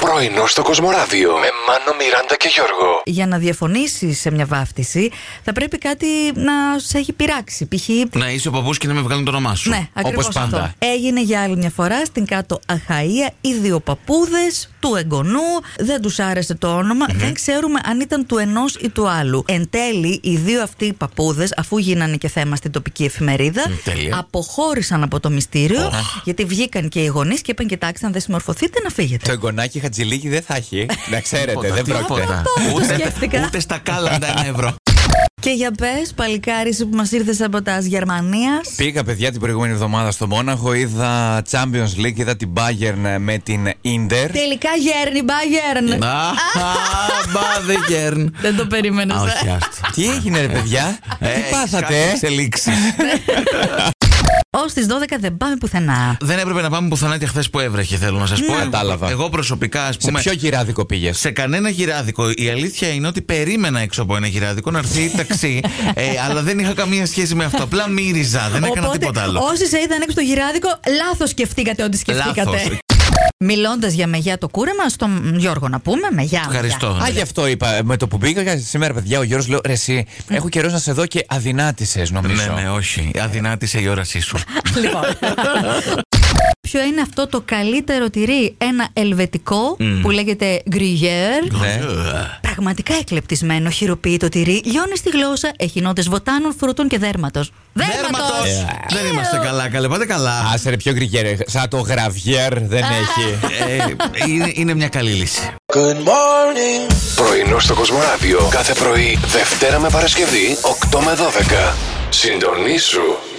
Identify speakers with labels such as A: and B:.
A: Πρωινό στο Κοσμοράδιο με Μάνο, Μιράντα και Γιώργο.
B: για να διαφωνήσεις σε μια βάφτιση, θα πρέπει κάτι να σε έχει πειράξει. Π.χ.
C: Να είσαι ο παππούς και να με βγάλουν το όνομά σου.
B: Ναι, ακριβώ
C: Όπω πάντα.
B: αυτό. Έγινε για άλλη μια φορά στην κάτω Αχαία οι δύο παππούδες του εγγονού. Δεν τους άρεσε το ονομα Δεν ξέρουμε αν ήταν του ενός ή του άλλου. Εν τέλει, οι δύο αυτοί οι παππούδες, αφού γίνανε και θέμα στην τοπική εφημερίδα,
C: Μ, τέλεια.
B: αποχώρησαν από το μυστήριο,
C: Αχ.
B: γιατί βγήκαν και οι γονείς και είπαν: Κοιτάξτε, αν δεν συμμορφωθείτε, να
D: Το
B: φύγετε.
D: εγγονάκι χατζηλίκι δεν θα έχει. Να ξέρετε,
C: Τίποτα,
D: Ε, δεν
C: Ε, τίποτα.
D: πρόκειται.
B: Αυτό δεν το σκέφτηκα.
C: Ούτε, ούτε στα κάλαντα ένα ευρώ.
B: και για πες, παλικάρι σου που μας ήρθες από τα Γερμανίας.
D: Πήγα παιδιά την προηγούμενη εβδομάδα στο Μόναχο, είδα Champions League, είδα την Bayern με την Inter.
B: Τελικά γέρνει, μπαγέρν.
C: Να, μπάδικερν.
B: Δεν το περίμενες.
C: Α, όχι, άστο.
D: Τι έγινε ρε παιδιά, τι πάθατε ε?
C: Εξελίξεις.
B: Ω τι 12 δεν πάμε πουθενά.
C: Δεν έπρεπε να πάμε πουθενά και χθες που έβρεχε, θέλω να σας
B: Ναι.
C: πω.
D: Κατάλαβα.
C: Εγώ προσωπικά, ας
D: Σε
C: πούμε.
D: ποιο γυράδικο πήγες
C: Σε κανένα γυράδικο. Η αλήθεια είναι ότι περίμενα έξω από ένα γυράδικο να έρθει ταξί. ε, αλλά δεν είχα καμία σχέση με αυτό. Απλά μύριζα. Δεν έκανα τίποτα άλλο.
B: όσοι σε είδαν έξω το γυράδικο, λάθος σκεφτήκατε ό,τι
C: Λάθος.
B: σκεφτήκατε. Μιλώντας για μεγιά το κούρεμα, στον Γιώργο να πούμε, μεγιά.
C: Ευχαριστώ.
D: Α, γι' αυτό είπα. ε, Με το που μπήκα σήμερα, παιδιά, ο Γιώργος λέω: Ρε, εσύ, έχω καιρός να σε δω και αδυνάτησες,
C: Ναι,
D: νομίζω.
C: ναι, όχι. Αδυνάτησε η όρασή σου.
B: μεγιά. Λοιπόν. Ποιο είναι αυτό το καλύτερο τυρί, ένα ελβετικό
C: Mm.
B: που λέγεται Gruyère.
D: Ναι.
C: Ε,
B: Πραγματικά εκλεπτισμένο, χειροποίητο τυρί, λιώνει στη γλώσσα, έχει νότες βοτάνων, φρούτων και δέρματος.
C: Δέρματος! Ε, Δεν είμαστε καλά, καλέ. Πάτε καλά.
D: Άσε ρε, πιο γκριγέρ. Σαν το γραβιέρ δεν έχει.
C: Ε, είναι, είναι μια καλή λύση.
A: Πρωινό στο Κοσμοράδιο κάθε πρωί, Δευτέρα με Παρασκευή, 8 με 12. Συντονίσου